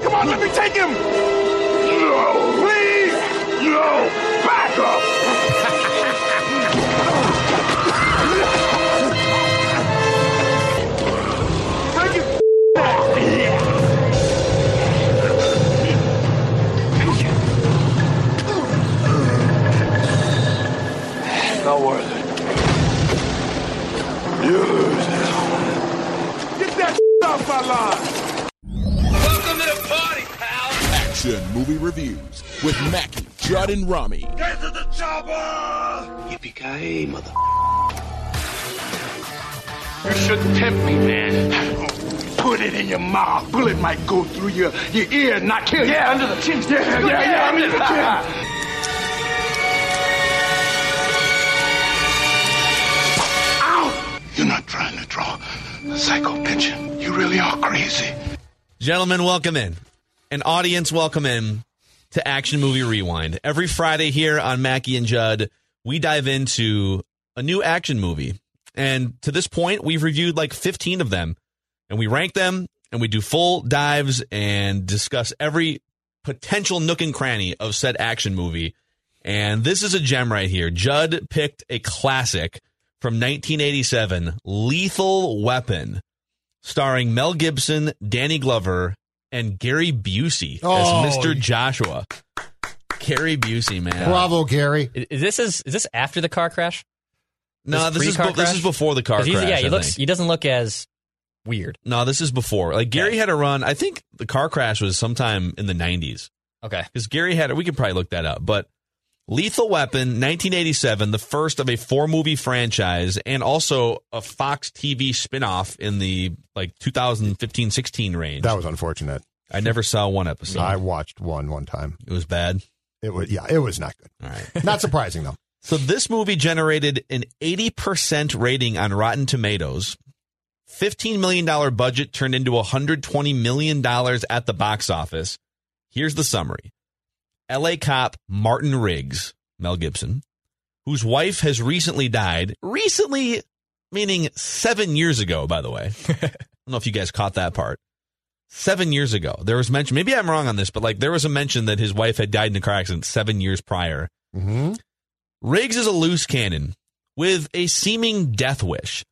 Come on, let me take him! No, please! No, back up! Break his neck! Not worth it. You lose now. Get that off my line! Welcome to the party, pal. Action Movie Reviews with Mackie, Judd, and Rami. Get to the chopper! Yippee-ki-yay, mother. You shouldn't tempt me, man. Put it in your mouth. Bullet might go through your, your ear and not kill you. Yeah, under the chin. Yeah, yeah, yeah, under the chin. Ow! You're not trying to draw a psycho pension. You really are crazy. Gentlemen, welcome in. An audience, welcome in to Action Movie Rewind. Every Friday here on Mackie and Judd, we dive into a new action movie. And to this point, we've reviewed like 15 of them and we rank them and we do full dives and discuss every potential nook and cranny of said action movie. And this is a gem right here. Judd picked a classic from 1987, Lethal Weapon starring Mel Gibson, Danny Glover, and Gary Busey as Mr. Joshua. Gary Busey, man. Bravo, Gary. Is- Is this is, is this after the car crash? no, this this is pre-car be- this crash? is before the car 'Cause crash. he's- yeah, he I looks think. he doesn't look as weird. No, this is before. Like Gary had a run. I think the car crash was sometime in the '90s Okay. because Gary had. We could probably look that up, but. Lethal Weapon, 1987, the first of a four movie franchise and also a Fox TV spinoff in the like 2015 16 range. That was unfortunate. I never saw one episode. I watched one one time. it was bad. It was yeah, it was not good. All right. Not surprising though. So this movie generated an 80% rating on Rotten Tomatoes. $15 million budget turned into $120 million at the box office. Here's the summary. LA cop Martin Riggs, Mel Gibson, whose wife has recently died. Recently, meaning seven years ago, by the way. I don't know if you guys caught that part. Seven years ago, there was mention, maybe I'm wrong on this, but like there was a mention that his wife had died in a car accident seven years prior. Mm-hmm. Riggs is a loose cannon with a seeming death wish.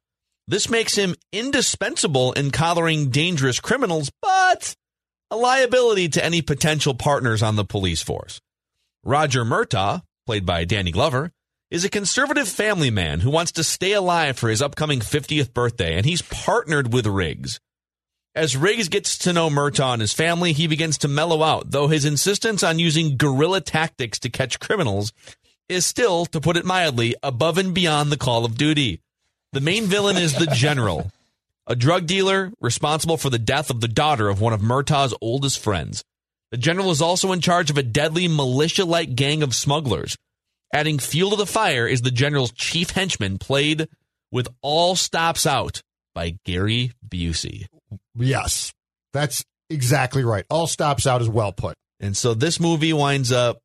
This makes him indispensable in collaring dangerous criminals, but a liability to any potential partners on the police force. Roger Murtaugh, played by Danny Glover, is a conservative family man who wants to stay alive for his upcoming 50th birthday, and he's partnered with Riggs. As Riggs gets to know Murtaugh and his family, he begins to mellow out, though his insistence on using guerrilla tactics to catch criminals is still, to put it mildly, above and beyond the call of duty. The main villain is the General, a drug dealer responsible for the death of the daughter of one of Murtaugh's oldest friends. The General is also in charge of a deadly militia like gang of smugglers. Adding fuel to the fire is the General's chief henchman, played with all stops out by Gary Busey. Yes. That's exactly right. All stops out is well put. And so this movie winds up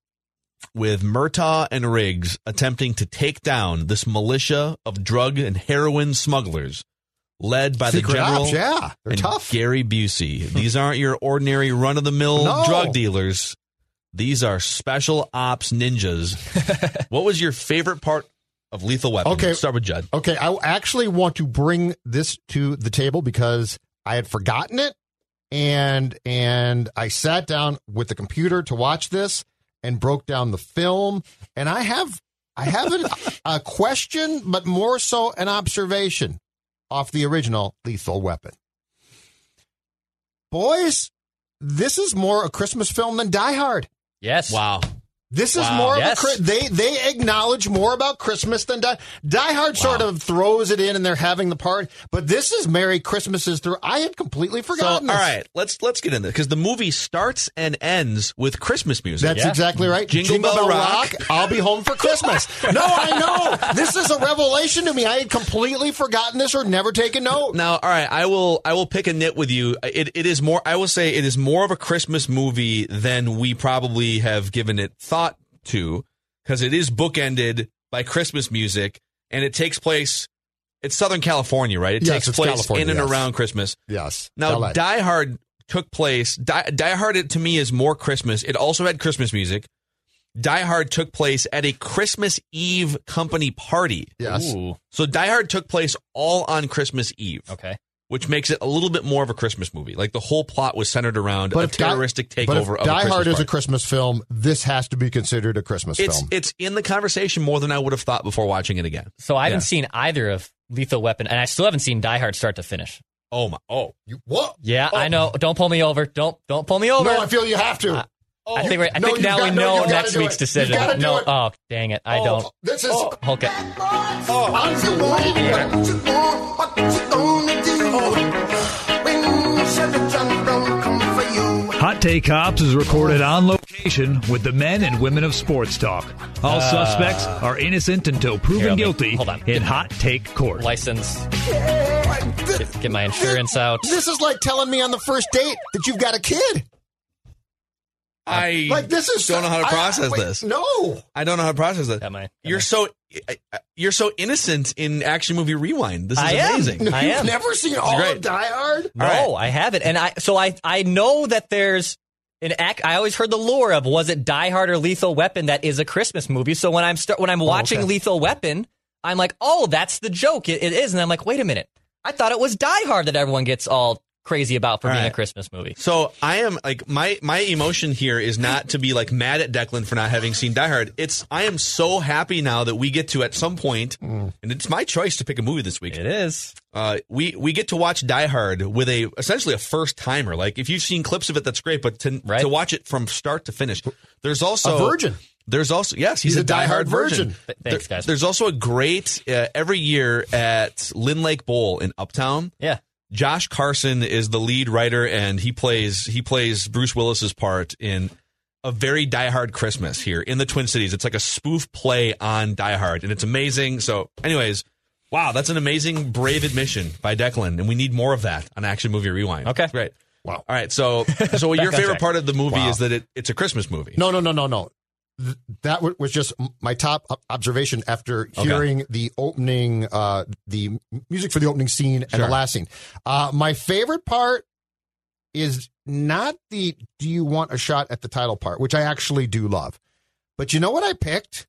with Murtaugh and Riggs attempting to take down this militia of drug and heroin smugglers led by Secret the general ops, yeah. They're and tough. Gary Busey. These aren't your ordinary run of the mill No. drug dealers. These are special ops ninjas. what was your favorite part of Lethal Weapon? Okay. Start with Judd. Okay, I actually want to bring this to the table because I had forgotten it, and and I sat down with the computer to watch this and broke down the film, and I have I have an, a question, but more so an observation off the original Lethal Weapon. Boys, this is more a Christmas film than Die Hard. Yes. Wow. This is Wow. more of Yes. a Chri- they they acknowledge more about Christmas than Die Die Hard sort of throws it in and they're having the party, but this is Merry Christmases through. I had completely So, all forgotten. this. right, let's let's get into this because the movie starts and ends with Christmas music. That's Yeah. exactly right. Jingle Bell Rock. I'll be home for Christmas. no, I know. This is a revelation to me. I had completely forgotten this or never taken note. Now, all right, I will I will pick a nit with you. It it is more I will say it is more of a Christmas movie than we probably have given it thought to because it is bookended by Christmas music and it takes place it's Southern California, right? It Yes, takes it's place California, in and yes. around Christmas. Yes. Now, LA. Die Hard took place. Die, Die Hard it- to me is more Christmas. It also had Christmas music. Die Hard took place at a Christmas Eve company party. yes. Ooh. So Die Hard took place all on Christmas Eve, Okay. which makes it a little bit more of a Christmas movie. Like the whole plot was centered around But a if Die- terroristic But takeover of if a Die Christmas Hard is a party. Christmas film, this has to be considered a Christmas It's film. it's in the conversation more than I would have thought before watching it again. So I haven't Yeah. seen either of Lethal Weapon, and I still haven't seen Die Hard start to finish. Oh my! Oh, You- what? Yeah, I know. Don't pull me over. Don't don't pull me over. Oh. No, I feel you have to. I think we're, I No, think you've now got- we no, know you've gotta next do week's it. decision. You've gotta do No, it. oh dang it, I don't. This is Oh. Okay, Hot Take Cops is recorded on location with the men and women of Sports Talk. All suspects are innocent until proven Here, let me- guilty Uh, hold on. in Hot Take Court. license. Get, get my insurance out. this is like telling me on the first date that you've got a kid. I Like this is don't know how to I- process wait, this. No, I don't know how to process that. Am I- am you're I- so you're so innocent in action movie rewind. This is I am. amazing. I you've am. never seen all great. of Die Hard. All right. No, I haven't. And I so I I know that there's an act. I always heard the lore of was it Die Hard or Lethal Weapon that is a Christmas movie. So when I'm start Oh, when I'm watching Lethal Weapon, I'm like, oh, that's the joke. It, it is, and I'm like, wait a minute, I thought it was Die Hard that everyone gets all crazy about for All being right. a Christmas movie. So I am like my my emotion here is not to be like mad at Declan for not having seen Die Hard. It's I am so happy now that we get to at some point, Mm. and it's my choice to pick a movie this week. It is. Uh, we we get to watch Die Hard with a essentially a first timer. Like if you've seen clips of it, that's great. But to Right. to watch it from start to finish, there's also A virgin. There's also yes, he's, He's a, a Die diehard Hard virgin. virgin. Th- thanks, guys. There's also a great uh, every year at Lynn Lake Bowl in Uptown. Yeah. Josh Carson is the lead writer, and he plays he plays Bruce Willis's part in a very Die Hard Christmas here in the Twin Cities. It's like a spoof play on Die Hard, and it's amazing. So, anyways, wow, that's an amazing brave admission by Declan, and we need more of that on Action Movie Rewind. Okay. great. Wow. All right, so so your favorite track. part of the movie Wow. is that it, it's a Christmas movie. No, no, no, no, no. Th- That wa- was just m- my top o- observation after hearing the opening, uh, the m- music for the opening scene and Sure. the last scene. Uh, my favorite part is not the "Do you want a shot at the title?" part, which I actually do love. But you know what I picked?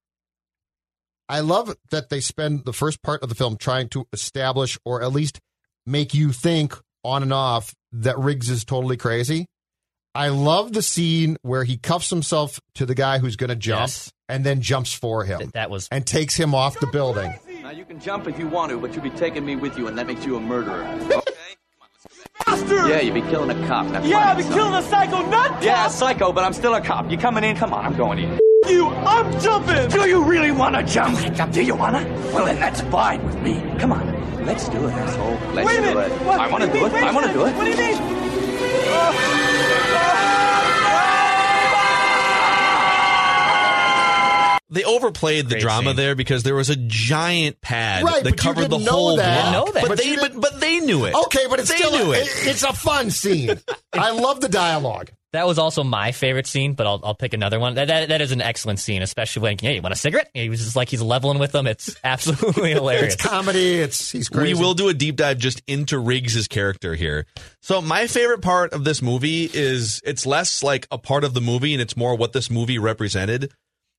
I love that they spend the first part of the film trying to establish or at least make you think on and off that Riggs is totally crazy. I love the scene where he cuffs himself to the guy who's going to jump Yes. and then jumps for him Th- that was and takes him off the building. Now you can jump if you want to, but you'll be taking me with you, and that makes you a murderer. Okay? Yeah, you'd be killing a cop. Now Yeah, find I've been yourself. killing a psycho nut cop. Yeah, psycho, but I'm still a cop. You coming in? Come on, I'm going in. you. I'm jumping. Do you really want to jump? Do you want to? Well, then that's fine with me. Come on, let's do it, asshole. Let's Wait a do minute. it. What? I want to What do do you it. mean, I want to do wait a minute? it. What do you mean? They overplayed the Great drama scene. there because there was a giant pad Right, that but you covered the didn't know whole that. block. Didn't know that. But, But they you but, didn't- but they knew it. Okay, but it's they still knew a, it. It's a fun scene. I love the dialogue. that was also my favorite scene, but I'll, I'll pick another one. That, that that is an excellent scene, especially when hey, you want a cigarette? He was just like he's leveling with them. It's absolutely hilarious. It's comedy. It's he's crazy. We will do a deep dive just into Riggs' character here. So my favorite part of this movie is it's less like a part of the movie and it's more what this movie represented.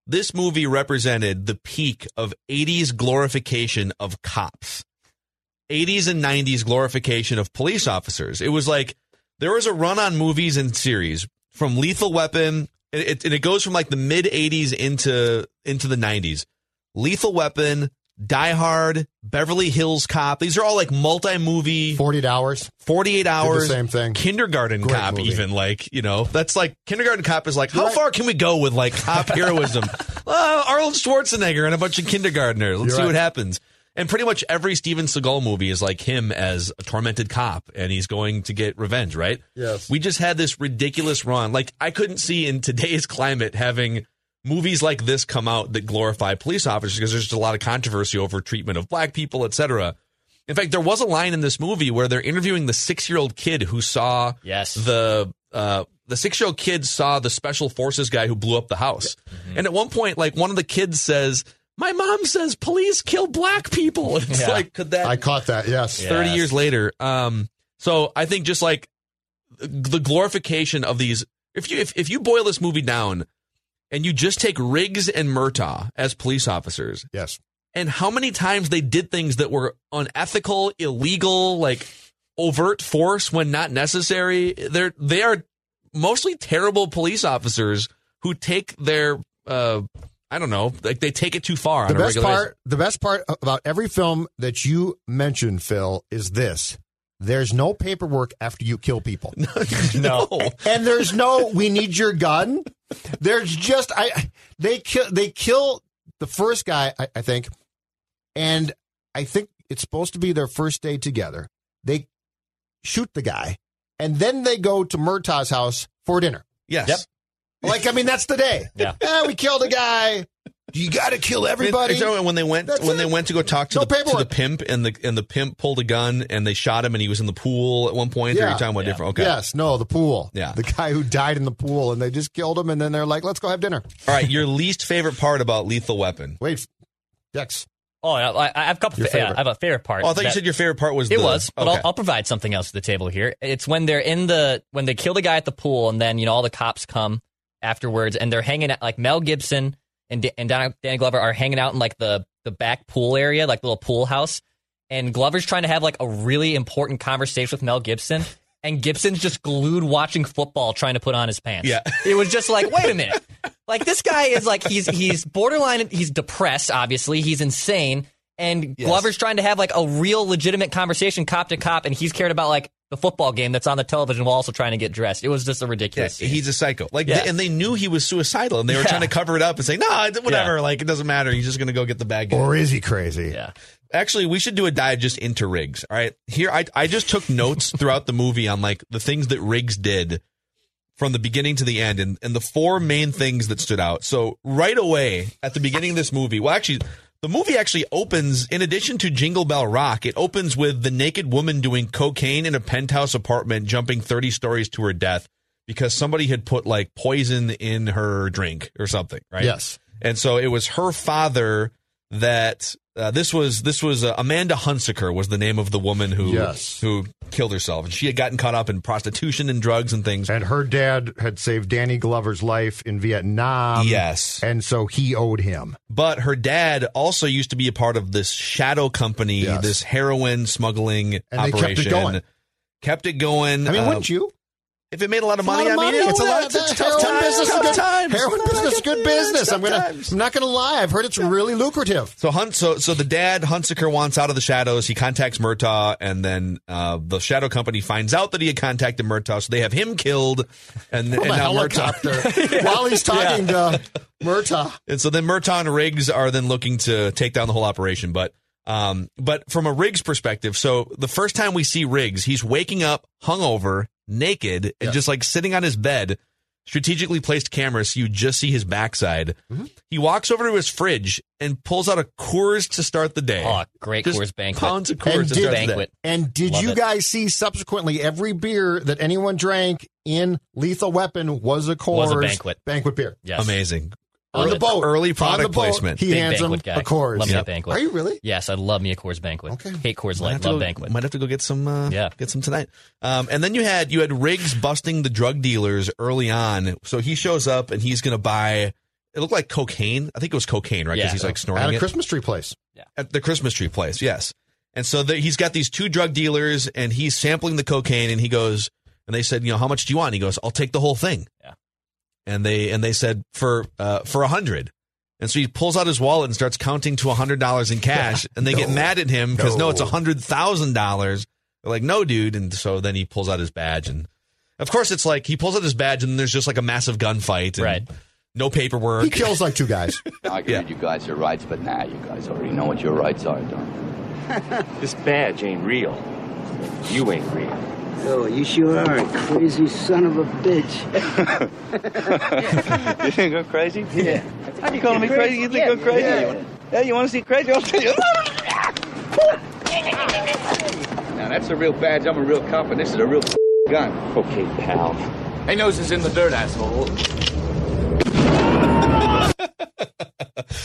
This movie represented the peak of 80s glorification of cops. 80s and 90s glorification of police officers. It was like there was a run on movies and series from Lethal Weapon and it, and it goes from like the mid 80s into into the 90s. Lethal Weapon, Die Hard, Beverly Hills Cop. These are all like multi movie, 48 hours. 48 hours. same thing. Kindergarten Great Cop, movie. even like, you know, that's like Kindergarten Cop is like, how right. far can we go with like cop heroism? uh, Arnold Schwarzenegger and a bunch of kindergartners. Let's You're see right. what happens. And pretty much every Steven Seagal movie is like him as a tormented cop and he's going to get revenge, right? Yes. We just had this ridiculous run. Like, I couldn't see in today's climate having movies like this come out that glorify police officers because there's just a lot of controversy over treatment of black people, et cetera. In fact, there was a line in this movie where they're interviewing the six year old kid who saw Yes. the uh, the six year old kid saw the special forces guy who blew up the house. Mm-hmm. And at one point, like one of the kids says, "My mom says police kill black people." It's Yeah. like could that I caught that. Yes. Yeah. 30 Yes. years later. Um, so I think just like the glorification of these, if you if, if you boil this movie down and you just take Riggs and Murtaugh as police officers Yes. and how many times they did things that were unethical, illegal, like overt force when not necessary, they're they are mostly terrible police officers who take their uh, I don't know, like they take it too far. The on a best regular basis. part, the best part about every film that you mentioned, Phil, is this: there's no paperwork after you kill people, no. and there's no "we need your gun." There's just I they kill they kill the first guy, I, I think, and I think it's supposed to be their first day together. They shoot the guy, and then they go to Murtaugh's house for dinner. Yes. Yep. Like I mean, that's the day. Yeah. we killed a guy. You got to kill everybody. It's- it's- when they went That's when it. they went to go talk to No the to the paperwork. pimp and the and the pimp pulled a gun and they shot him and he was in the pool at one point. Or Yeah. you're talking about different. Okay. Yes, no, the pool. Yeah. The guy who died in the pool and they just killed him and then they're like, let's go have dinner. All right. Your least favorite part about Lethal Weapon? Wait, Dex. Oh, I, I- I have a couple. Your yeah, favorite. I have a favorite part. Oh, I thought you that- said your favorite part was It the- was, but okay. I'll, I'll provide something else to the table here. It's when they're in the when they kill the guy at the pool, and then you know all the cops come afterwards, and they're hanging out like Mel Gibson and Da- and Don- Danny Glover are hanging out in like the the back pool area, like the little pool house, and Glover's trying to have like a really important conversation with Mel Gibson. And Gibson's just glued watching football, trying to put on his pants. Yeah. it was just like, wait a minute, like this guy is like he's he's borderline, he's depressed, obviously, he's insane, and Glover's trying to have like a real legitimate conversation, cop to cop, and he's cared about like the football game that's on the television while also trying to get dressed. It was just a Yeah, ridiculous. scene. he's a psycho. Like, Yeah. they- and they knew he was suicidal, and they were Yeah. trying to cover it up and say, "No, it's whatever. Like, it doesn't matter. He's just going to go get the bag." Or is he crazy? yeah, Actually, we should do a dive just into Riggs. All right. Here, I, I just took notes throughout the movie on like the things that Riggs did from the beginning to the end and, and the four main things that stood out. So, right away at the beginning of this movie, well, actually, the movie actually opens, in addition to Jingle Bell Rock, it opens with the naked woman doing cocaine in a penthouse apartment, jumping 30 stories to her death because somebody had put like poison in her drink or something, right? Yes. and so it was her father that uh, this was this was uh, Amanda Hunsaker was the name of the woman who Yes. who killed herself, and she had gotten caught up in prostitution and drugs and things. And her dad had saved Danny Glover's life in Vietnam. Yes. And so he owed him. But her dad also used to be a part of this shadow company, Yes. this heroin smuggling And they kept it operation. going. Kept it going. I mean, Uh, wouldn't you? If it made a lot of money, It's a lot I of mean, money. it's a lot. Yeah, It's, it's the tough times. heroin business is tough good- times. Heroin business is good business. I'm gonna. I'm not gonna lie. I've heard it's really lucrative. So Hunt, so so the dad Hunsaker wants out of the shadows. He contacts Murtaugh, and then uh, the shadow company finds out that he had contacted Murtaugh, so they have him killed, and, and From a now Murtaugh. helicopter while he's talking to Murtaugh. And so then Murtaugh and Riggs are then looking to take down the whole operation. But um, but from a Riggs perspective, so the first time we see Riggs, he's waking up hungover, naked, and just like sitting on his bed, strategically placed cameras so you just see his backside. He walks over to his fridge and pulls out a Coors to start the day. oh, great Just Coors banquet. Pounds of Coors And to did- start the day. banquet. And did Love you it. guys see subsequently every beer that anyone drank in Lethal Weapon was a Coors Was a banquet. banquet beer Yes. Amazing. on the boat Early On product the boat, placement. He Big hands him banquet guy. a Coors. Love me a banquet. Are you really? Yes, I love me a Coors banquet. Okay. Hate Coors Might have Light, to love go- banquet. Might have to go get some. Uh, Yeah. get some tonight. Um, and then you had you had Riggs busting the drug dealers early on. So he shows up and he's going to buy. It looked like cocaine. I think it was cocaine, right? Because Yeah. he's like snorting At a it Christmas tree place. at the Christmas tree place. Yes. And so the, he's got these two drug dealers and he's sampling the cocaine and he goes and they said, you know, how much do you want? And he goes, I'll take the whole thing. Yeah. And they and they said for uh, for a hundred. And so he pulls out his wallet and starts counting to $100 in cash. And they get mad at him because, no. it's $100,000. They're like, no, dude. And so then he pulls out his badge. And of course, it's like he pulls out his badge and there's just like a massive gunfight. And Right. No paperwork. He kills like two guys. I can Yeah. read you guys your rights, but nah, you guys already know what your rights are, don't you? This badge ain't real. You ain't real. Oh, you sure are a crazy son of a bitch. you think I'm crazy? Yeah. How you calling me You're crazy? You crazy. think I'm crazy? Yeah. You wanna- Yeah, you want to see crazy? I'll tell you. Now that's a real badge. I'm a real cop, and this is a real gun. Okay, pal. Hey, nose is in the dirt, asshole.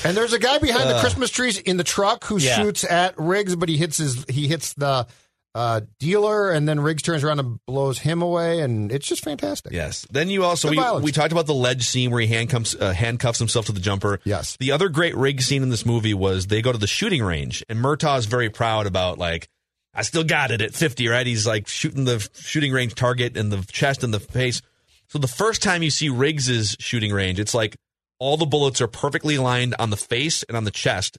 And there's a guy behind the Uh. Christmas trees in the truck who Yeah. shoots at Riggs, but he hits his he hits the uh, dealer, and then Riggs turns around and blows him away, and it's just fantastic. Yes. Then you also The we, violence. we talked about the ledge scene where he handcuffs uh, handcuffs himself to the jumper. Yes. The other great rig scene in this movie was they go to the shooting range and Murtaugh's very proud about like I still got it at 50, right? He's like shooting the shooting range target in the chest and the face. So the first time you see Riggs's shooting range, it's like all the bullets are perfectly lined on the face and on the chest.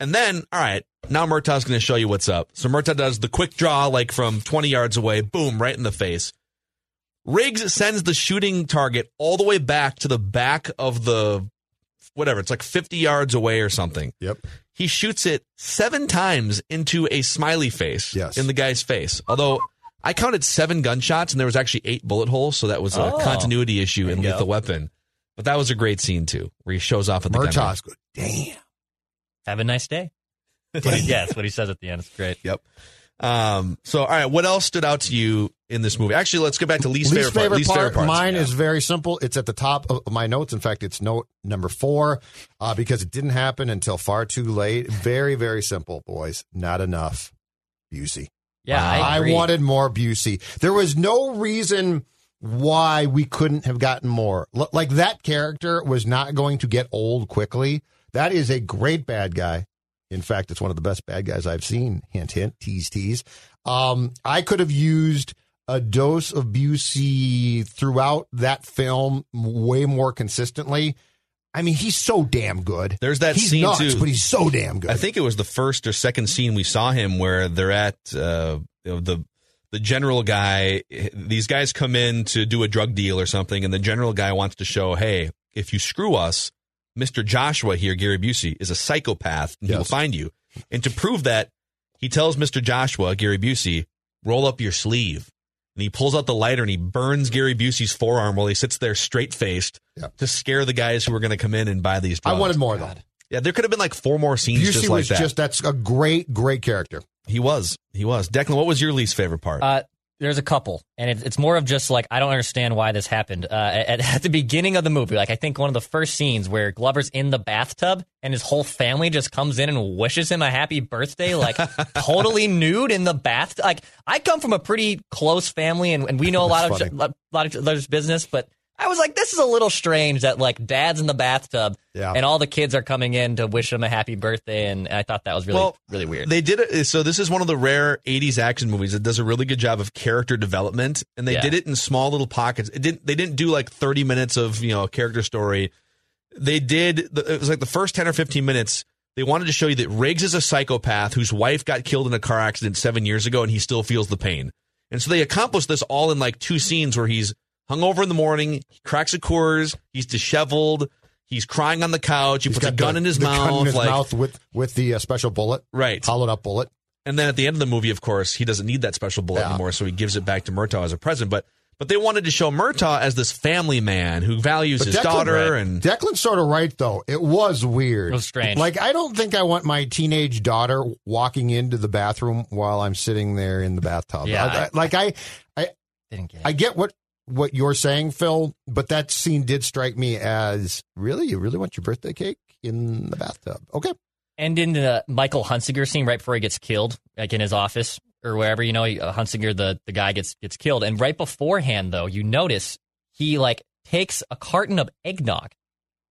And then, all right, now Murtaugh's going to show you what's up. So Murtaugh does the quick draw, like from 20 yards away, boom, right in the face. Riggs sends the shooting target all the way back to the back of the whatever. It's like 50 yards away or something. Yep. He shoots it seven times into a smiley face Yes. in the guy's face. Although I counted seven gunshots and there was actually eight bullet holes. So that was a Oh. continuity issue in There you Lethal go. Weapon. But that was a great scene too, where he shows off at the gun range. Murtaugh's good. Damn. Have a nice day. That's what he- yeah, that's what he says at the end. It's great. Yep. Um, so, all right, what else stood out to you in this movie? Actually, let's go back to least, favorite, least part. favorite, Least part, favorite parts. Mine Yeah. is very simple. It's at the top of my notes. In fact, it's note number four uh, because it didn't happen until far too late. Very, very simple, boys. Not enough. Busey. Yeah, I, I, agree. wanted more Busey. There was no reason why we couldn't have gotten more. L- like that character was not going to get old quickly. That is a great bad guy. In fact, it's one of the best bad guys I've seen. Hint, hint, tease, tease. Um, I could have used a dose of Busey throughout that film way more consistently. I mean, he's so damn good. There's that he's scene, nuts, too. but he's so damn good. I think it was the first or second scene we saw him where they're at uh, you know, the the general guy. These guys come in to do a drug deal or something, and the general guy wants to show, hey, if you screw us, Mister Joshua here, Gary Busey, is a psychopath, and he will Yes. find you. And to prove that, he tells Mister Joshua, Gary Busey, roll up your sleeve. And he pulls out the lighter and he burns Gary Busey's forearm while he sits there straight faced Yeah. to scare the guys who were going to come in and buy these I drugs. wanted more though. Yeah, there could have been like four more scenes Busey just like was that. just that's a great, great character. He was. He was. Declan, what was your least favorite part? Uh, there's a couple, and it, it's more of just like I don't understand why this happened. Uh, at, at the beginning of the movie, like I think one of the first scenes where Glover's in the bathtub and his whole family just comes in and wishes him a happy birthday, like totally nude in the bath. Like I come from a pretty close family, and, and we know a lot That's of funny. lot, lot of each other's business, but. I was like, this is a little strange that like dad's in the bathtub Yeah. and all the kids are coming in to wish him a happy birthday, and I thought that was really really weird. They did it. So this is one of the rare '80s action movies that does a really good job of character development, and they Yeah. did it in small little pockets. It didn't. They didn't do like 30 minutes of you know a character story. They did. The, it was like the first 10 or 15 minutes. They wanted to show you that Riggs is a psychopath whose wife got killed in a car accident seven years ago, and he still feels the pain. And so they accomplished this all in like two scenes where he's hungover in the morning, he cracks a Coors, he's disheveled, he's crying on the couch, he He's puts a got gun the- in his the mouth, Gun in his like mouth with with the uh, special bullet, right. hollowed up bullet. And then at the end of the movie, of course, he doesn't need that special bullet Yeah. anymore, so he gives it back to Murtaugh as a present. But but they wanted to show Murtaugh as this family man who values his daughter and Declan's sort of right though. It was weird. It was strange. Like I don't think I want my teenage daughter walking into the bathroom while I'm sitting there in the bathtub. Yeah, I- I- I- like I, Didn't get it. I get what what you're saying, Phil, but that scene did strike me as really you really want your birthday cake in the bathtub. Okay, and in the Michael Hunsinger scene right before he gets killed, like in his office or wherever, you know, he, uh, Hunsinger, the, the guy gets gets killed. And right beforehand, though, you notice he like takes a carton of eggnog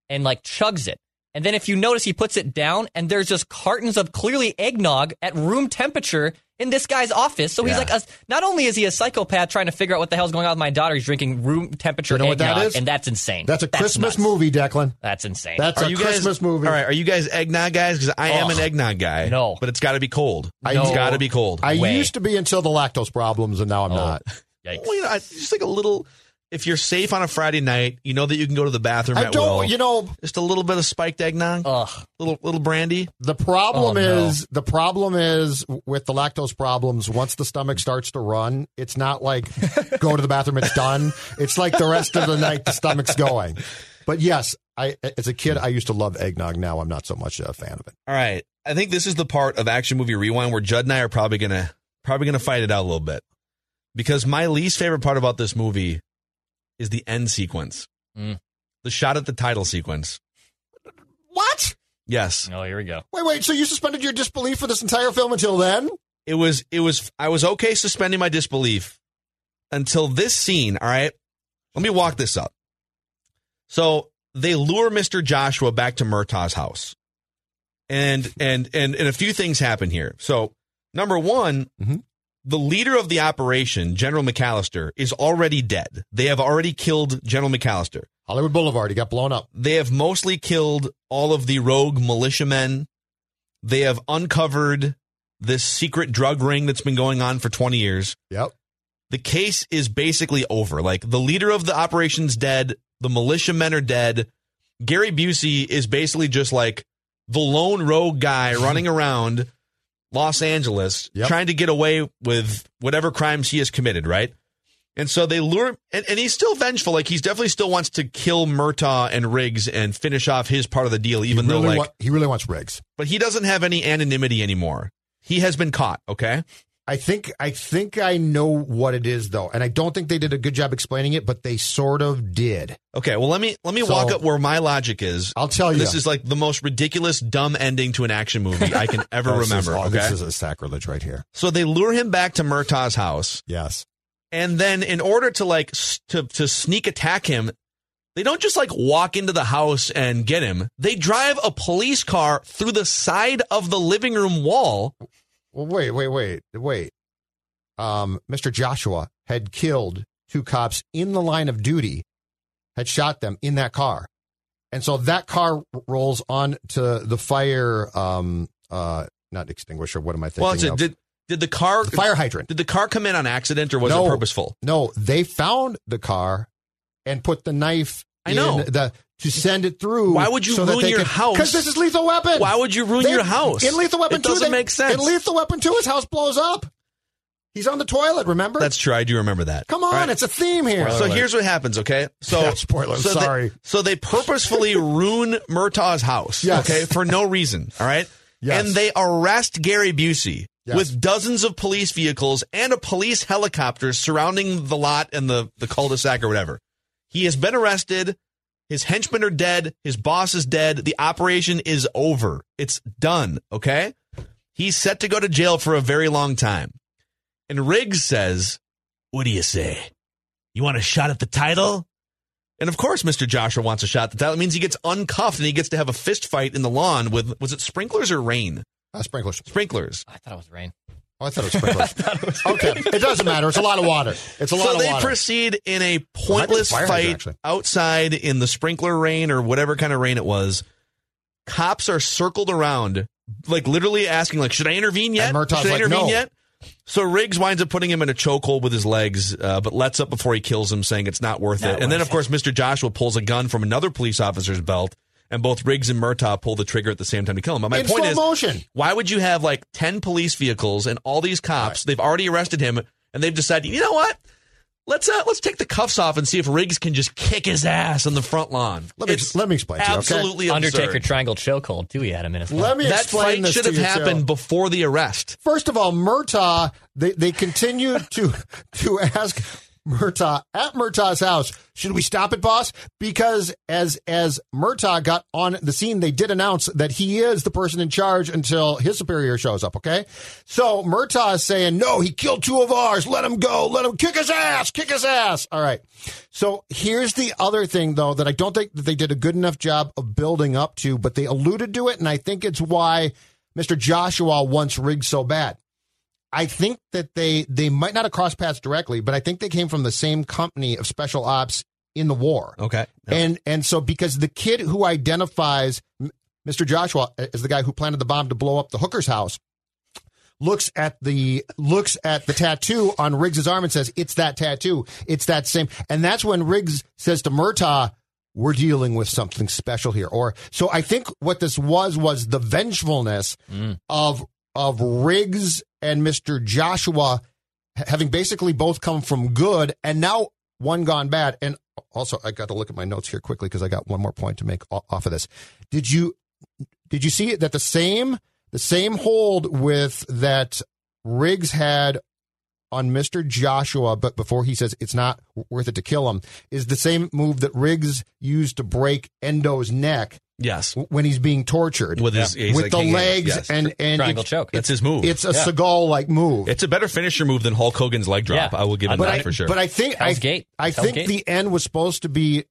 and like chugs it. And then if you notice, he puts it down and there's just cartons of clearly eggnog at room temperature in this guy's office. So he's Yeah. like, a, not only is he a psychopath trying to figure out what the hell's going on with my daughter, he's drinking room temperature You know what that eggnog, is? and that's insane. That's a Christmas nuts. movie, Declan. That's insane. That's a Christmas movie. All right, are you guys eggnog guys? Because I am an eggnog guy. No, but it's got to be cold. It's No. got to be cold. I used to be until the lactose problems, and now Oh. I'm not. Well, you know, I, just like a little. If you're safe on a Friday night, you know that you can go to the bathroom I at don't- will. you know, just a little bit of spiked eggnog, little little brandy. The problem Oh, no. is the problem is with the lactose problems. Once the stomach starts to run, it's not like go to the bathroom. It's done. It's like the rest of the night the stomach's going. But yes, I as a kid I used to love eggnog. Now I'm not so much a fan of it. All right, I think this is the part of action movie rewind where Judd and I are probably gonna probably gonna fight it out a little bit because my least favorite part about this movie is the end sequence, the shot at the title sequence. What? Yes. Oh, here we go. Wait, wait. So you suspended your disbelief for this entire film until then? It was it was I was okay suspending my disbelief until this scene, all right? Let me walk this up. So they lure Mr. Joshua back to Murtaugh's house. And and and and a few things happen here. So number one, the leader of the operation, General McAllister, is already dead. They have already killed General McAllister. Hollywood Boulevard, he got blown up. They have mostly killed all of the rogue militiamen. They have uncovered this secret drug ring that's been going on for 20 years. Yep. The case is basically over. Like the leader of the operation's dead, the militiamen are dead. Gary Busey is basically just like the lone rogue guy running around Los Angeles trying to get away with whatever crimes he has committed, right? And so they lure and, and he's still vengeful. Like he's definitely still wants to kill Murtaugh and Riggs and finish off his part of the deal, even He though like really wa- he really wants Riggs. but he doesn't have any anonymity anymore. He has been caught, okay? I think I think I know what it is though, and I don't think they did a good job explaining it, but they sort of did. Okay, well let me let me So- walk up where my logic is. I'll tell you. This is like the most ridiculous dumb ending to an action movie I can ever This is- remember, oh, okay? This is a sacrilege right here. So they lure him back to Murtaugh's house. Yes. And then in order to like s- to to sneak attack him, they don't just like walk into the house and get him. They drive a police car through the side of the living room wall. Well, wait, wait, wait, wait. Um, Mr. Joshua had killed two cops in the line of duty, had shot them in that car, and so that car r- rolls on to the fire. Um, uh, not extinguisher. What am I thinking? Well, it's a, of? did did the car fire hydrant? Did the car come in on accident or was No. it purposeful? No, they found the car and put the knife. I know. in the to send it through. Why would you so that ruin they your could- house? this is Lethal Weapon. Why would you ruin They- your house? In Lethal Weapon It 2, doesn't they- make sense. In Lethal Weapon 2, his house blows up. He's on the toilet, remember? That's true. I do remember that. Come on, All right. it's a theme here. So here's what happens, okay? So Yeah, spoiler, so they- sorry. so they purposefully ruin Murtaugh's house, Yes. okay, for no reason, all right? Yes. And they arrest Gary Busey Yes. with dozens of police vehicles and a police helicopter surrounding the lot and the the cul-de-sac or whatever. He has been arrested. His henchmen are dead. His boss is dead. The operation is over. It's done, okay? He's set to go to jail for a very long time. And Riggs says, What do you say? You want a shot at the title? And of course, Mr. Joshua wants a shot at the title. It means he gets uncuffed and he gets to have a fist fight in the lawn with, was it sprinklers or rain? Uh, sprinklers. Sprinklers. I thought it was rain. Oh, I thought it was sprinklers. okay, it doesn't matter. It's a lot of water. It's a lot so of they water. proceed in a pointless fire hydrant, fight actually. outside in the sprinkler rain or whatever kind of rain it was. Cops are circled around, like literally asking, like, should I intervene yet? And Murtaugh's should I like, intervene "No." yet? So Riggs winds up putting him in a chokehold with his legs, uh, but lets up before he kills him, saying it's not worth Not it. and then, worth of course, Mr. Joshua pulls a gun from another police officer's belt, and both Riggs and Murtaugh pull the trigger at the same time to kill him. But my in point slow is, motion. why would you have like 10 police vehicles and all these cops? They've already arrested him and they've decided, you know what? Let's uh, let's take the cuffs off and see if Riggs can just kick his ass on the front lawn. Let me, It's let me explain to you, okay? absolutely absurd. Undertaker triangle chokehold too. He had him in his. Let me That explain fight this should to have you, too. happened before the arrest. First of all, Murtaugh, they, they continued to to ask Murtaugh at Murtaugh's house, should we stop it, boss? Because as as Murtaugh got on the scene, they did announce that he is the person in charge until his superior shows up, okay? So Murtaugh is saying, No, he killed two of ours, let him go, let him kick his ass, kick his ass. All right. So here's the other thing though that I don't think that they did a good enough job of building up to, but they alluded to it, and I think it's why Mr. Joshua wants Riggs so bad. I think that they they might not have crossed paths directly, but I think they came from the same company of special ops in the war. Okay. And and so because the kid who identifies M- Mr. Joshua as the guy who planted the bomb to blow up the hooker's house looks at the looks at the tattoo on Riggs's arm and says, "It's that tattoo. It's that same." And that's when Riggs says to Murtaugh, "We're dealing with something special here." Or so I think what this was was the vengefulness of of Riggs and Mister Joshua ha- having basically both come from good and now one gone bad. And also, I got to look at my notes here quickly because I got one more point to make o- off of this. Did you did you see that the same the same hold with that Riggs had on Mr. Joshua, but before he says it's not worth it to kill him, is the same move that Riggs used to break Endo's neck. Yes, when he's being tortured With his- he's with like the hanging- legs yes. and and Triangle it's- choke. That's it's- his move. It's a Yeah. Seagal like move. It's a better finisher move than Hulk Hogan's leg drop. I will give him but that I, for sure. But I think I, Hell's Gate. I Hell's think Gate. the end was supposed to be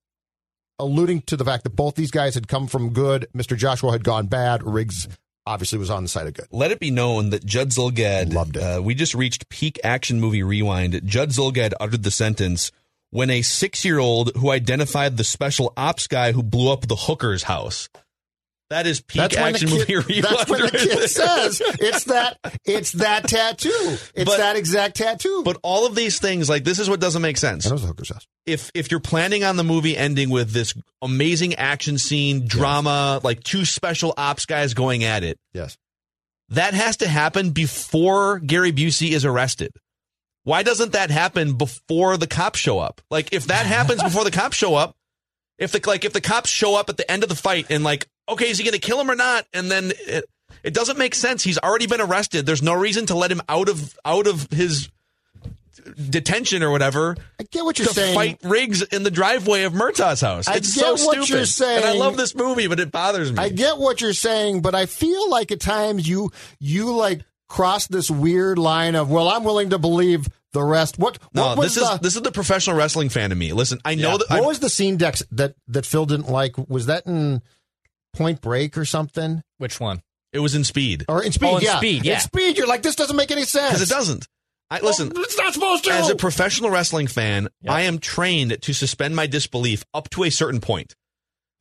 alluding to the fact that both these guys had come from good. Mr. Joshua had gone bad. Riggs obviously was on the side of good. Let it be known that Judd Zulgad loved it. Uh, we just reached peak action movie rewind. Judd Zulgad uttered the sentence when a six-year-old who identified the special ops guy who blew up the hooker's house. That is peak That's when the action kid- movie rewind. That's when the right kid there. says it's that it's that tattoo. It's that exact tattoo. But all of these things, like this, is what doesn't make sense. That was a hooker's house. If if you're planning on the movie ending with this amazing action scene, drama, like two special ops guys going at it, yes, that has to happen before Gary Busey is arrested. Why doesn't that happen before the cops show up? Like if that happens before the cops show up, if the like if the cops show up at the end of the fight and like, okay, is he going to kill him or not? And then it, it doesn't make sense. He's already been arrested. There's no reason to let him out of out of his detention or whatever. I get what you're to saying. Fight Riggs in the driveway of Murtaugh's house. I it's get so what stupid. you're And I saying. love this movie, but it bothers me. I get what you're saying, but I feel like at times you you like cross this weird line of well, I'm willing to believe the rest. What no, what was this is the this is the professional wrestling fan in me. Listen, I know that what I, was the scene decks that that Phil didn't like? Was that in Point Break or something? Which one? It was in Speed. Or in Speed? Oh, in yeah, Speed, yeah. In Speed, you're like this doesn't make any sense because it doesn't. I listen. Oh, It's not supposed to. As a professional wrestling fan, I am trained to suspend my disbelief up to a certain point.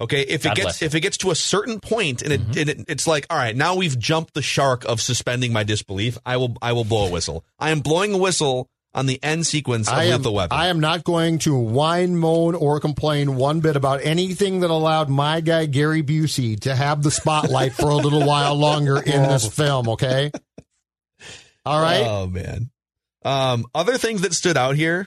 Okay, if God it bless gets you. if it gets to a certain point and, it, Mm-hmm. and it, it's like, all right, now we've jumped the shark of suspending my disbelief. I will I will blow a whistle. I am blowing a whistle on the end sequence of I am, Lethal Weapon. I am not going to whine, moan, or complain one bit about anything that allowed my guy Gary Busey to have the spotlight for a little while longer in this film. Okay. All right. Oh man. Um, other things that stood out here.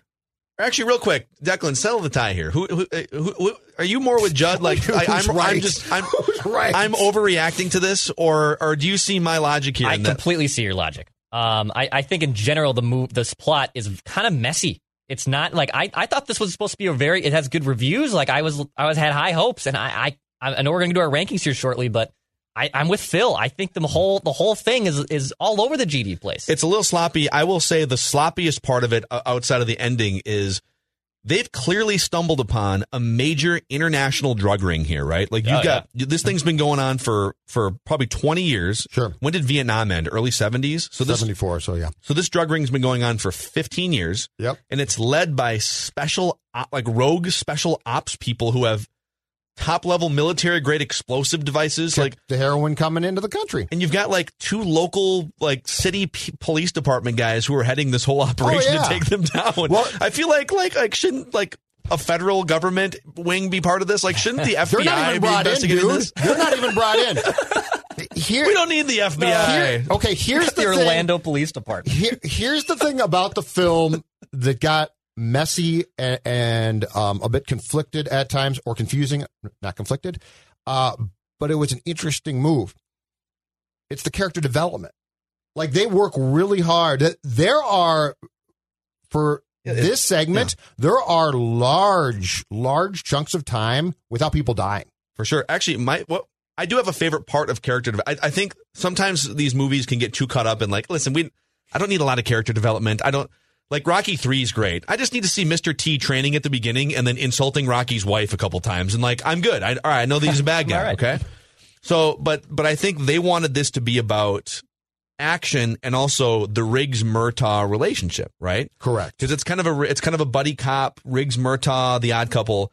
Actually, real quick, Declan, settle the tie here. Who, who, uh, who, who are you more with Judd? Like I, Who's I'm, I'm right? just I'm right? I'm overreacting to this, or or do you see my logic here? I in that- completely see your logic. Um, I, I think in general the move, this plot is kind of messy. It's not like I, I thought this was supposed to be a very. It has good reviews. Like I was, I was had high hopes, and I, I, I know we're going to do our rankings here shortly, but I, I'm with Phil. I think the whole, the whole thing is is all over the GD place. It's a little sloppy. I will say the sloppiest part of it uh, outside of the ending is they've clearly stumbled upon a major international drug ring here, right? Like you've Oh, got this thing's been going on for for probably 20 years. Sure. When did Vietnam end? Early 70s. So this 74. So yeah. So this drug ring's been going on for 15 years. Yep. And it's led by special op- like rogue special ops people who have top level military grade explosive devices like the heroin coming into the country. And you've got like two local like city p- police department guys who are heading this whole operation Oh, yeah. to take them down. I feel like like like shouldn't like a federal government wing be part of this? Like shouldn't the They're FBI not be even brought in, investigating dude. this? They're not even brought in. Here, we don't need the FBI. Here, okay, here's the, the thing. Orlando Police Department. Here, here's the thing about the film that got messy and, and um, a bit conflicted at times, or confusing. Not conflicted, uh, but it was an interesting move. It's the character development. Like they work really hard. There are for this segment, there are large, large chunks of time without people dying. For sure. Actually, my what I do have a favorite part of character. deve- I, I think sometimes these movies can get too caught up in like, listen, we I don't need a lot of character development. I don't like Rocky Three is great. I just need to see Mr. T training at the beginning and then insulting Rocky's wife a couple times, and like I'm good. I, all right, I know that he's a bad guy. Okay. So, but but I think they wanted this to be about action and also the Riggs Murtaugh relationship, right? Correct. Because it's kind of a it's kind of a buddy cop Riggs Murtaugh, the odd couple.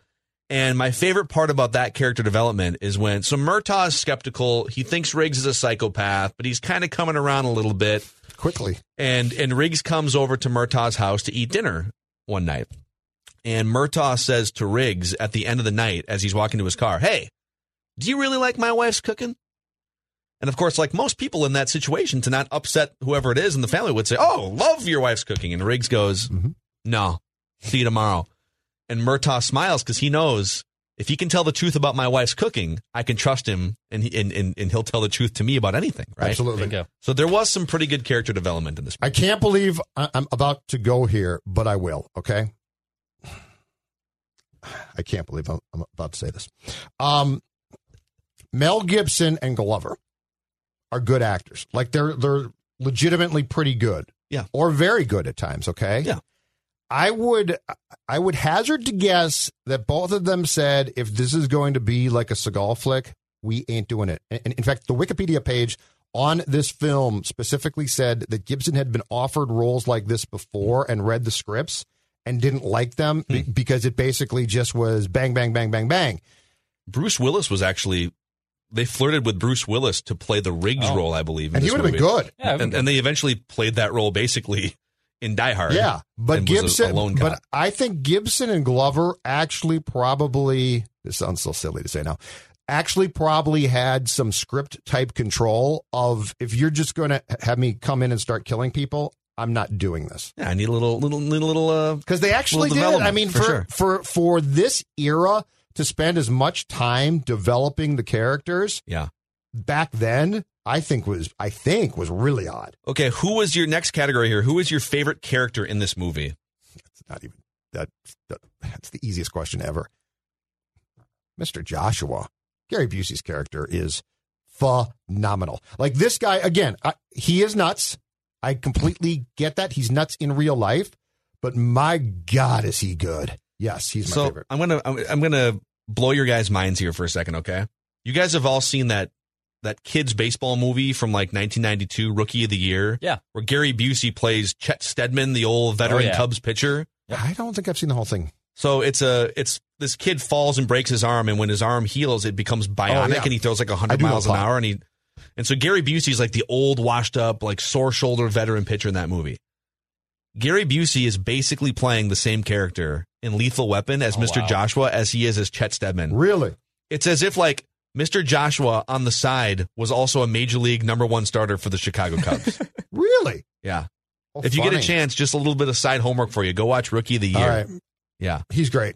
And my favorite part about that character development is when so Murtaugh is skeptical. He thinks Riggs is a psychopath, but he's kind of coming around a little bit quickly. And and Riggs comes over to Murtaugh's house to eat dinner one night. And Murtaugh says to Riggs at the end of the night as he's walking to his car, "Hey, do you really like my wife's cooking?" And of course, like most people in that situation, to not upset whoever it is in the family would say, "Oh, love your wife's cooking." And Riggs goes, "No, see you tomorrow." And Murtaugh smiles because he knows if he can tell the truth about my wife's cooking, I can trust him, and he, and, and and he'll tell the truth to me about anything. Right? Absolutely. Bingo. So there was some pretty good character development in this. I can't believe I- I'm about to go here, but I will. Okay. I can't believe I'm, I'm about to say this. Um, Mel Gibson and Glover are good actors. Like they're they're legitimately pretty good. Yeah. Or very good at times. Okay. Yeah. I would I would hazard to guess that both of them said if this is going to be like a Seagal flick, we ain't doing it. And and in fact, the Wikipedia page on this film specifically said that Gibson had been offered roles like this before and read the scripts and didn't like them be- Hmm. because it basically just was bang bang bang bang bang. Bruce Willis was actually they flirted with Bruce Willis to play the Riggs Oh. role, I believe, in And he this would've been movie. good. Yeah, it would've and, been and they eventually played that role basically in Die Hard. Yeah, but and was a- Gibson. a lone cop. but I think Gibson and Glover actually probably. This sounds so silly to say now. Actually, probably had some script type control of if you're just going to have me come in and start killing people, I'm not doing this. yeah, I need a little, little, need a little. uh, Because they actually did. I mean, for for, for this era to spend as much time developing the characters, yeah, back then I think was I think was really odd. Okay, who was your next category here? Who was your favorite character in this movie? not even that, that- that's the easiest question ever. Mr. Joshua, Gary Busey's character is phenomenal. Like this guy again, I, he is nuts. I completely get that. He's nuts in real life, but my god is he good. Yes, he's my so favorite. I'm gonna, I'm, I'm gonna blow your guys' minds here for a second. Okay, you guys have all seen that that kids baseball movie from like 1992, Rookie of the Year. Yeah. where Gary Busey plays Chet Stedman, the old veteran Oh, yeah. Cubs pitcher. I don't think I've seen the whole thing. So it's a it's this kid falls and breaks his arm, and when his arm heals, it becomes bionic, Oh, yeah. and he throws like I 100 do miles an recall. hour, and he and so Gary Busey's like the old, washed up, like sore shoulder veteran pitcher in that movie. Gary Busey is basically playing the same character in Lethal Weapon Oh, as Mr. Joshua as he is as Chet Stedman. Really? It's as if like Mr. Joshua on the side was also a major league number one starter for the Chicago Cubs. really? Yeah. Oh, if you get a funny. chance, just a little bit of side homework for you. Go watch Rookie of the Year. All right. Yeah. He's great.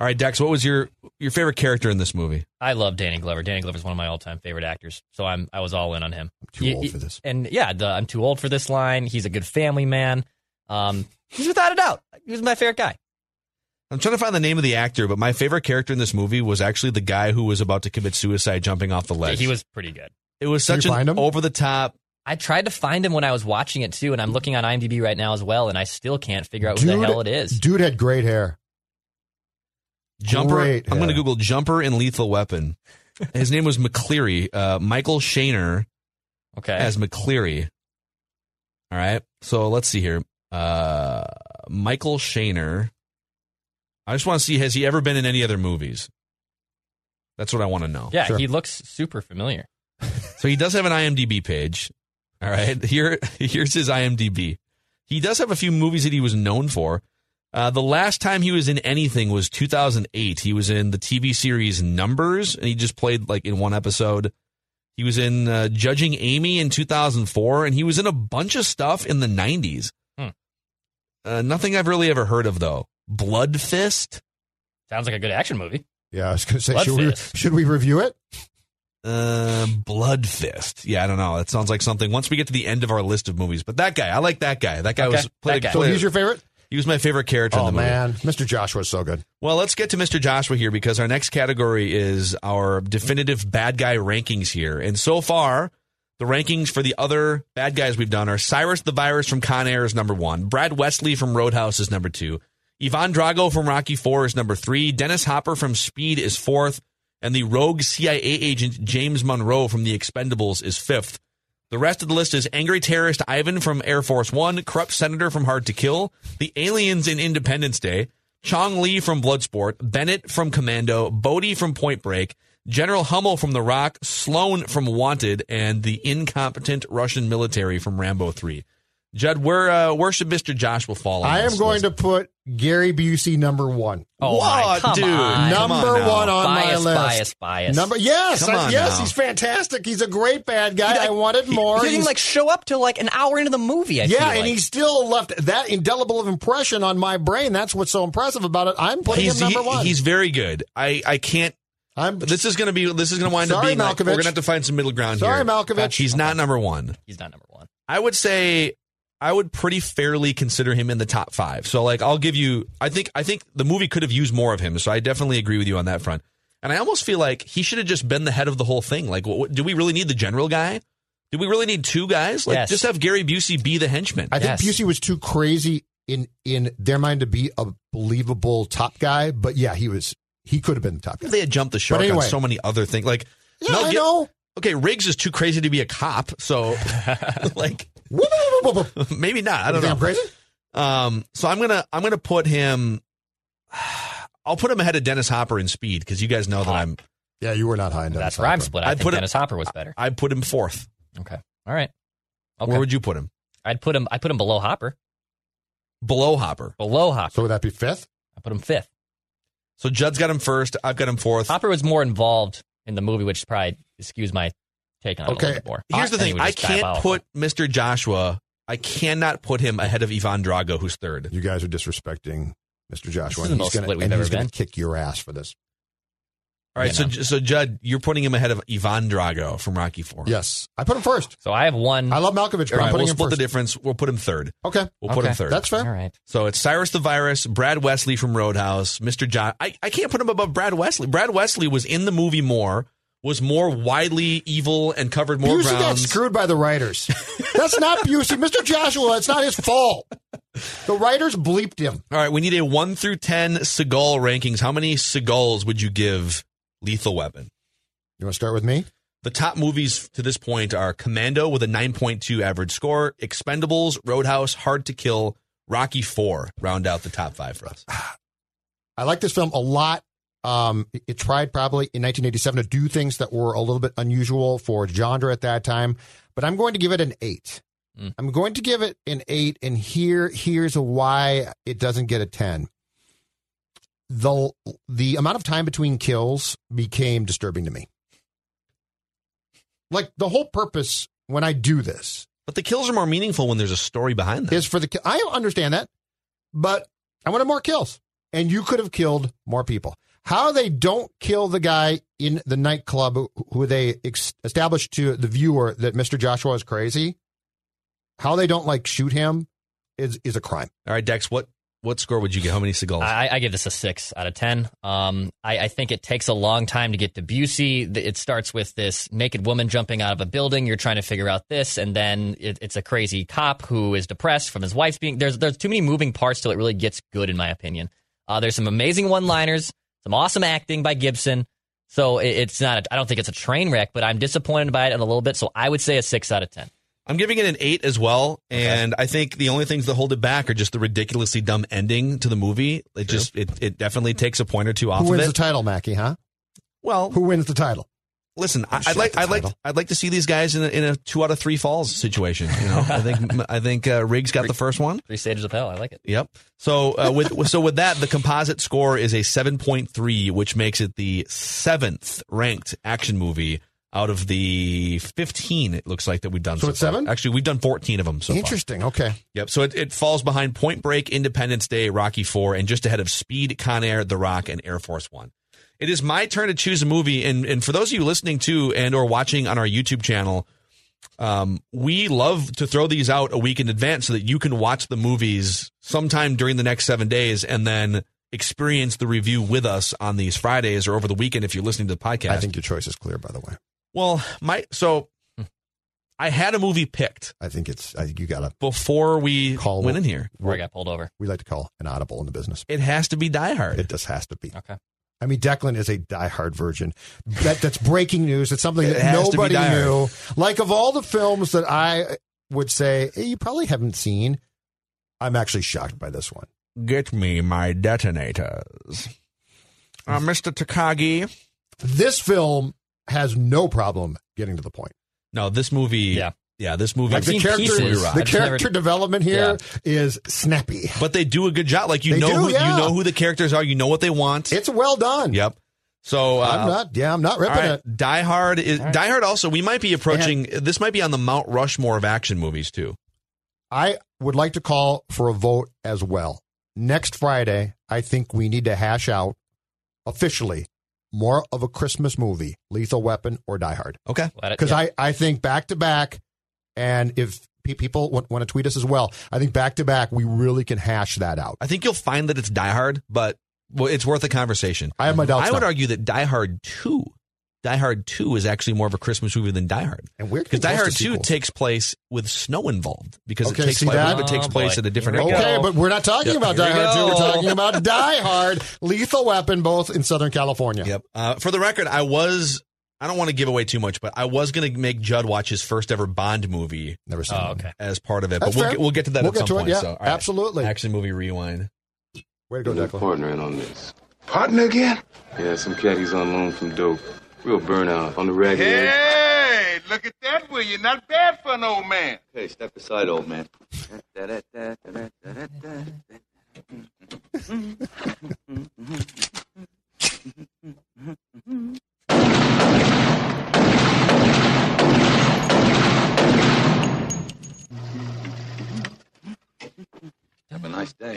All right, Dex, what was your your favorite character in this movie? I love Danny Glover. Danny Glover is one of my all-time favorite actors, so I'm I was all in on him. too Y- old y- for this. and yeah, the, I'm too old for this line. He's a good family man. Um, he's without a doubt. He was my favorite guy. I'm trying to find the name of the actor, but my favorite character in this movie was actually the guy who was about to commit suicide jumping off the ledge. He was pretty good. It was Can you such an find him? over the top. I tried to find him when I was watching it too, and I'm looking on IMDb right now as well, and I still can't figure out who the hell it is. Dude had great hair. jumper. Great I'm going to hair. Google jumper and lethal weapon. His name was McCleary, uh, Michael Shaner. Okay, as McCleary. All right, so let's see here. Uh, Michael Shaner. I just want to see has he ever been in any other movies? That's what I want to know. Yeah, he looks super familiar. So he does have an IMDb page. All right, here here's his IMDb. He does have a few movies that he was known for. Uh, the last time he was in anything was 2008. He was in the TV series Numbers, and he just played like in one episode. He was in uh, Judging Amy in 2004, and he was in a bunch of stuff in the 90s. Hmm. Uh, nothing I've really ever heard of though. Blood Fist. Sounds like a good action movie. Yeah, I was going to say, Blood should we, Fist. should we review it? Uh, Blood Fist. Yeah, I don't know. That sounds like something. Once we get to the end of our list of movies, but that guy, I like that guy. That guy Okay, was played. that guy. So he's your favorite. He was my favorite character in Oh the movie. man, Mr. Joshua is so good. Well, let's get to Mr. Joshua here because our next category is our definitive bad guy rankings here. And so far, the rankings for the other bad guys we've done are Cyrus the Virus from Con Air is number one, Brad Wesley from Roadhouse is number two, Ivan Drago from Rocky Four is number three, Dennis Hopper from Speed is fourth, and the rogue CIA agent James Monroe from The Expendables is fifth. The rest of the list is angry terrorist Ivan from Air Force One, corrupt senator from Hard to Kill, the aliens in Independence Day, Chong Lee from Bloodsport, Bennett from Commando, Bodie from Point Break, General Hummel from The Rock, Sloan from Wanted, and the incompetent Russian military from Rambo 3. Judd, where, uh, where should Mr. Josh will fall? on I am this going list? to put Gary Busey number one. Oh, my- What, come dude? on. Come Number on now. one on my Bias, list. bias, bias. Number yes, Come I- on yes, now. he's fantastic. He's a great bad guy. I wanted more. He didn't He's- like show up till like an hour into the movie. I yeah, feel and like. he still left that indelible of impression on my brain. That's what's so impressive about it. I'm putting he's, him number he- one. he's very good. I, I can't. this is going to be. This is going to wind up Sorry, being. Like, we're Malkovich. going to have to find some middle ground Sorry, here. Malkovich. He's not number one. He's not number one. I would say I would pretty fairly consider him in the top five. So like I'll give you. I think I think the movie could have used more of him. So I definitely agree with you on that front. And I almost feel like he should have just been the head of the whole thing. Like, what, what- do we really need the general guy? Do we really need two guys? Like, Yes. just have Gary Busey be the henchman. I think Busey was too crazy in in their mind to be a believable top guy. But yeah, he was. He could have been the top guy. they had jumped the shark But on anyway. so many other things. Like, Yeah, Mel I Gib- know. Okay, Riggs is too crazy to be a cop, so like maybe not. I don't You think know. I'm crazy? Um, so I'm gonna I'm gonna put him. I'll put him ahead of Dennis Hopper in speed because you guys know that I'm. Yeah, you were not high enough. That's where I'm split. I, think Dennis Hopper was better. I put him fourth. Okay. All right. Where would you put him? I'd put him. I put him below Hopper. Below Hopper. Below Hopper. So would that be fifth? I put him fifth. So Judd's got him first. I've got him fourth. Hopper was more involved in the movie, which probably skews my take on it a Okay. little bit more. Here's the And he thing. was I just can't diabolical. put Mr. Joshua. I cannot put him ahead of Ivan Drago, who's third. You guys are disrespecting Mr. This is Joshua. the and most he's gonna, split we've and ever he's gonna been. kick your ass for this. All right, so so Judd, you're putting him ahead of Ivan Drago from Rocky Four. Yes, I put him first. So I have one. I love Malkovich, but All I'm right, putting we'll him split the first. difference. We'll put him third. okay, We'll put him Okay. third. That's fair. All right. So it's Cyrus the Virus, Brad Wesley from Roadhouse, Mr. John. I, I can't put him above Brad Wesley. Brad Wesley was in the movie more, was more widely evil and covered more Busey got grounds. screwed by the writers. That's not Busey. Mr. Joshua, it's not his fault. The writers bleeped him. All right, we need a one through ten Seagal rankings. How many Seagulls would you give Lethal Weapon? You want to start with me? The top movies to this point are Commando with a 9.2 average score, Expendables, Roadhouse, Hard to Kill, Rocky 4 round out the top five for us. I like this film a lot. Um, it, it tried probably in 1987 to do things that were a little bit unusual for genre at that time, but I'm going to give it an eight. I'm going to give it an eight, and here here's why it doesn't get a ten. The the amount of time between kills became disturbing to me. Like the whole purpose when I do this But the kills are more meaningful when there's a story behind them. is for the ki- I understand that, but I wanted more kills, and you could have killed more people. How they don't kill the guy in the nightclub who- who they ex- established to the viewer that Mr. Joshua is crazy, how they don't like shoot him is is a crime. All right, Dex, what what score would you get? How many Seagulls? I, I give this a six out of ten. Um, I, I think it takes a long time to get to Busey. The- It starts with this naked woman jumping out of a building. You're trying to figure out this, and then it, it's a crazy cop who is depressed from his wife's being. There's there's too many moving parts till it really gets good, in my opinion. Uh, there's some amazing one-liners, some awesome acting by Gibson. So it, it's not. A, I don't think it's a train wreck, but I'm disappointed by it a little bit. So I would say a six out of ten. I'm giving it an eight as well, and I think the only things that hold it back are just the ridiculously dumb ending to the movie. It just it, it definitely takes a point or two off who of wins it. the title, Mackie? Huh? Well, who wins the title? Listen, I, shit I'd like at the I'd like title. I'd like to see these guys in a, in a two out of three falls situation. You know, I think I think uh, Riggs got the first one. Three stages of hell. I like it. Yep. So uh, with so with that, the composite score is a 7.3, which makes it the seventh ranked action movie out of the 15. It looks like that we've done. So it's far. seven? Actually, we've done 14 of them so far. Interesting. Okay. Yep. So it, it falls behind Point Break, Independence Day, Rocky Four, and just ahead of Speed, Con Air, The Rock, and Air Force One. It is my turn to choose a movie, and and for those of you listening to and or watching on our YouTube channel, um, we love to throw these out a week in advance so that you can watch the movies sometime during the next seven days, and then experience the review with us on these Fridays or over the weekend if you're listening to the podcast. I think your choice is clear. By the way, Well, my so I had a movie picked I think it's I think you gotta before we call. went in here. Before I got pulled over. We like to call an audible in the business. It has to be Die Hard. It just has to be. Okay. I mean, Declan is a diehard virgin. That that's breaking news. It's something It that has to be nobody knew. diehard. Like of all the films that I would say eh, you probably haven't seen, I'm actually shocked by this one. Get me my detonators. Uh, Mr. Takagi. This film has no problem getting to the point. No, this movie. Yeah. Yeah, this movie. Like the character, the character development here is snappy. But they do a good job. Like you They know, do, who, yeah. you know who the characters are. You know what they want. It's well done. Yep. So uh, I'm not. Yeah, I'm not ripping all right, it. Die Hard is Die Hard. Also, we might be approaching. this might be on the Mount Rushmore of action movies too. I would like to call for a vote as well. Next Friday, I think we need to hash out officially more of a Christmas movie, Lethal Weapon or Die Hard. Okay. Because I, I think back to back, and if pe- people want, want to tweet us as well, I think back to back, we really can hash that out. I think you'll find that it's Die Hard, but well, it's worth a conversation. I have my doubts I would now. argue that Die Hard Two, Die Hard Two, is actually more of a Christmas movie than Die Hard. And we're because Die close to Hard Two sequels. takes place with snow involved because Okay, it takes see place, I believe that? it takes Oh, place boy. at a different. Okay, area. but we're not talking Yep, about here Die we Hard 2. We're go. talking about Die Hard, Lethal Weapon, both in Southern California. Yep. Uh, for the record, I was. I don't want to give away too much, but I was going to make Judd watch his first ever Bond movie. Never seen. Oh, okay. As part of it, That's but we'll fair. get, we'll get to that We'll at get some to it, point. yeah, so, all absolutely. Action movie rewind. Way to go, New Declan. partner in on this. Partner again? Yeah, some cat he's on loan from dope. Real burnout on the rag. Hey, look at that, will you? Not bad for an old man. Hey, step aside, old man. Have a nice day.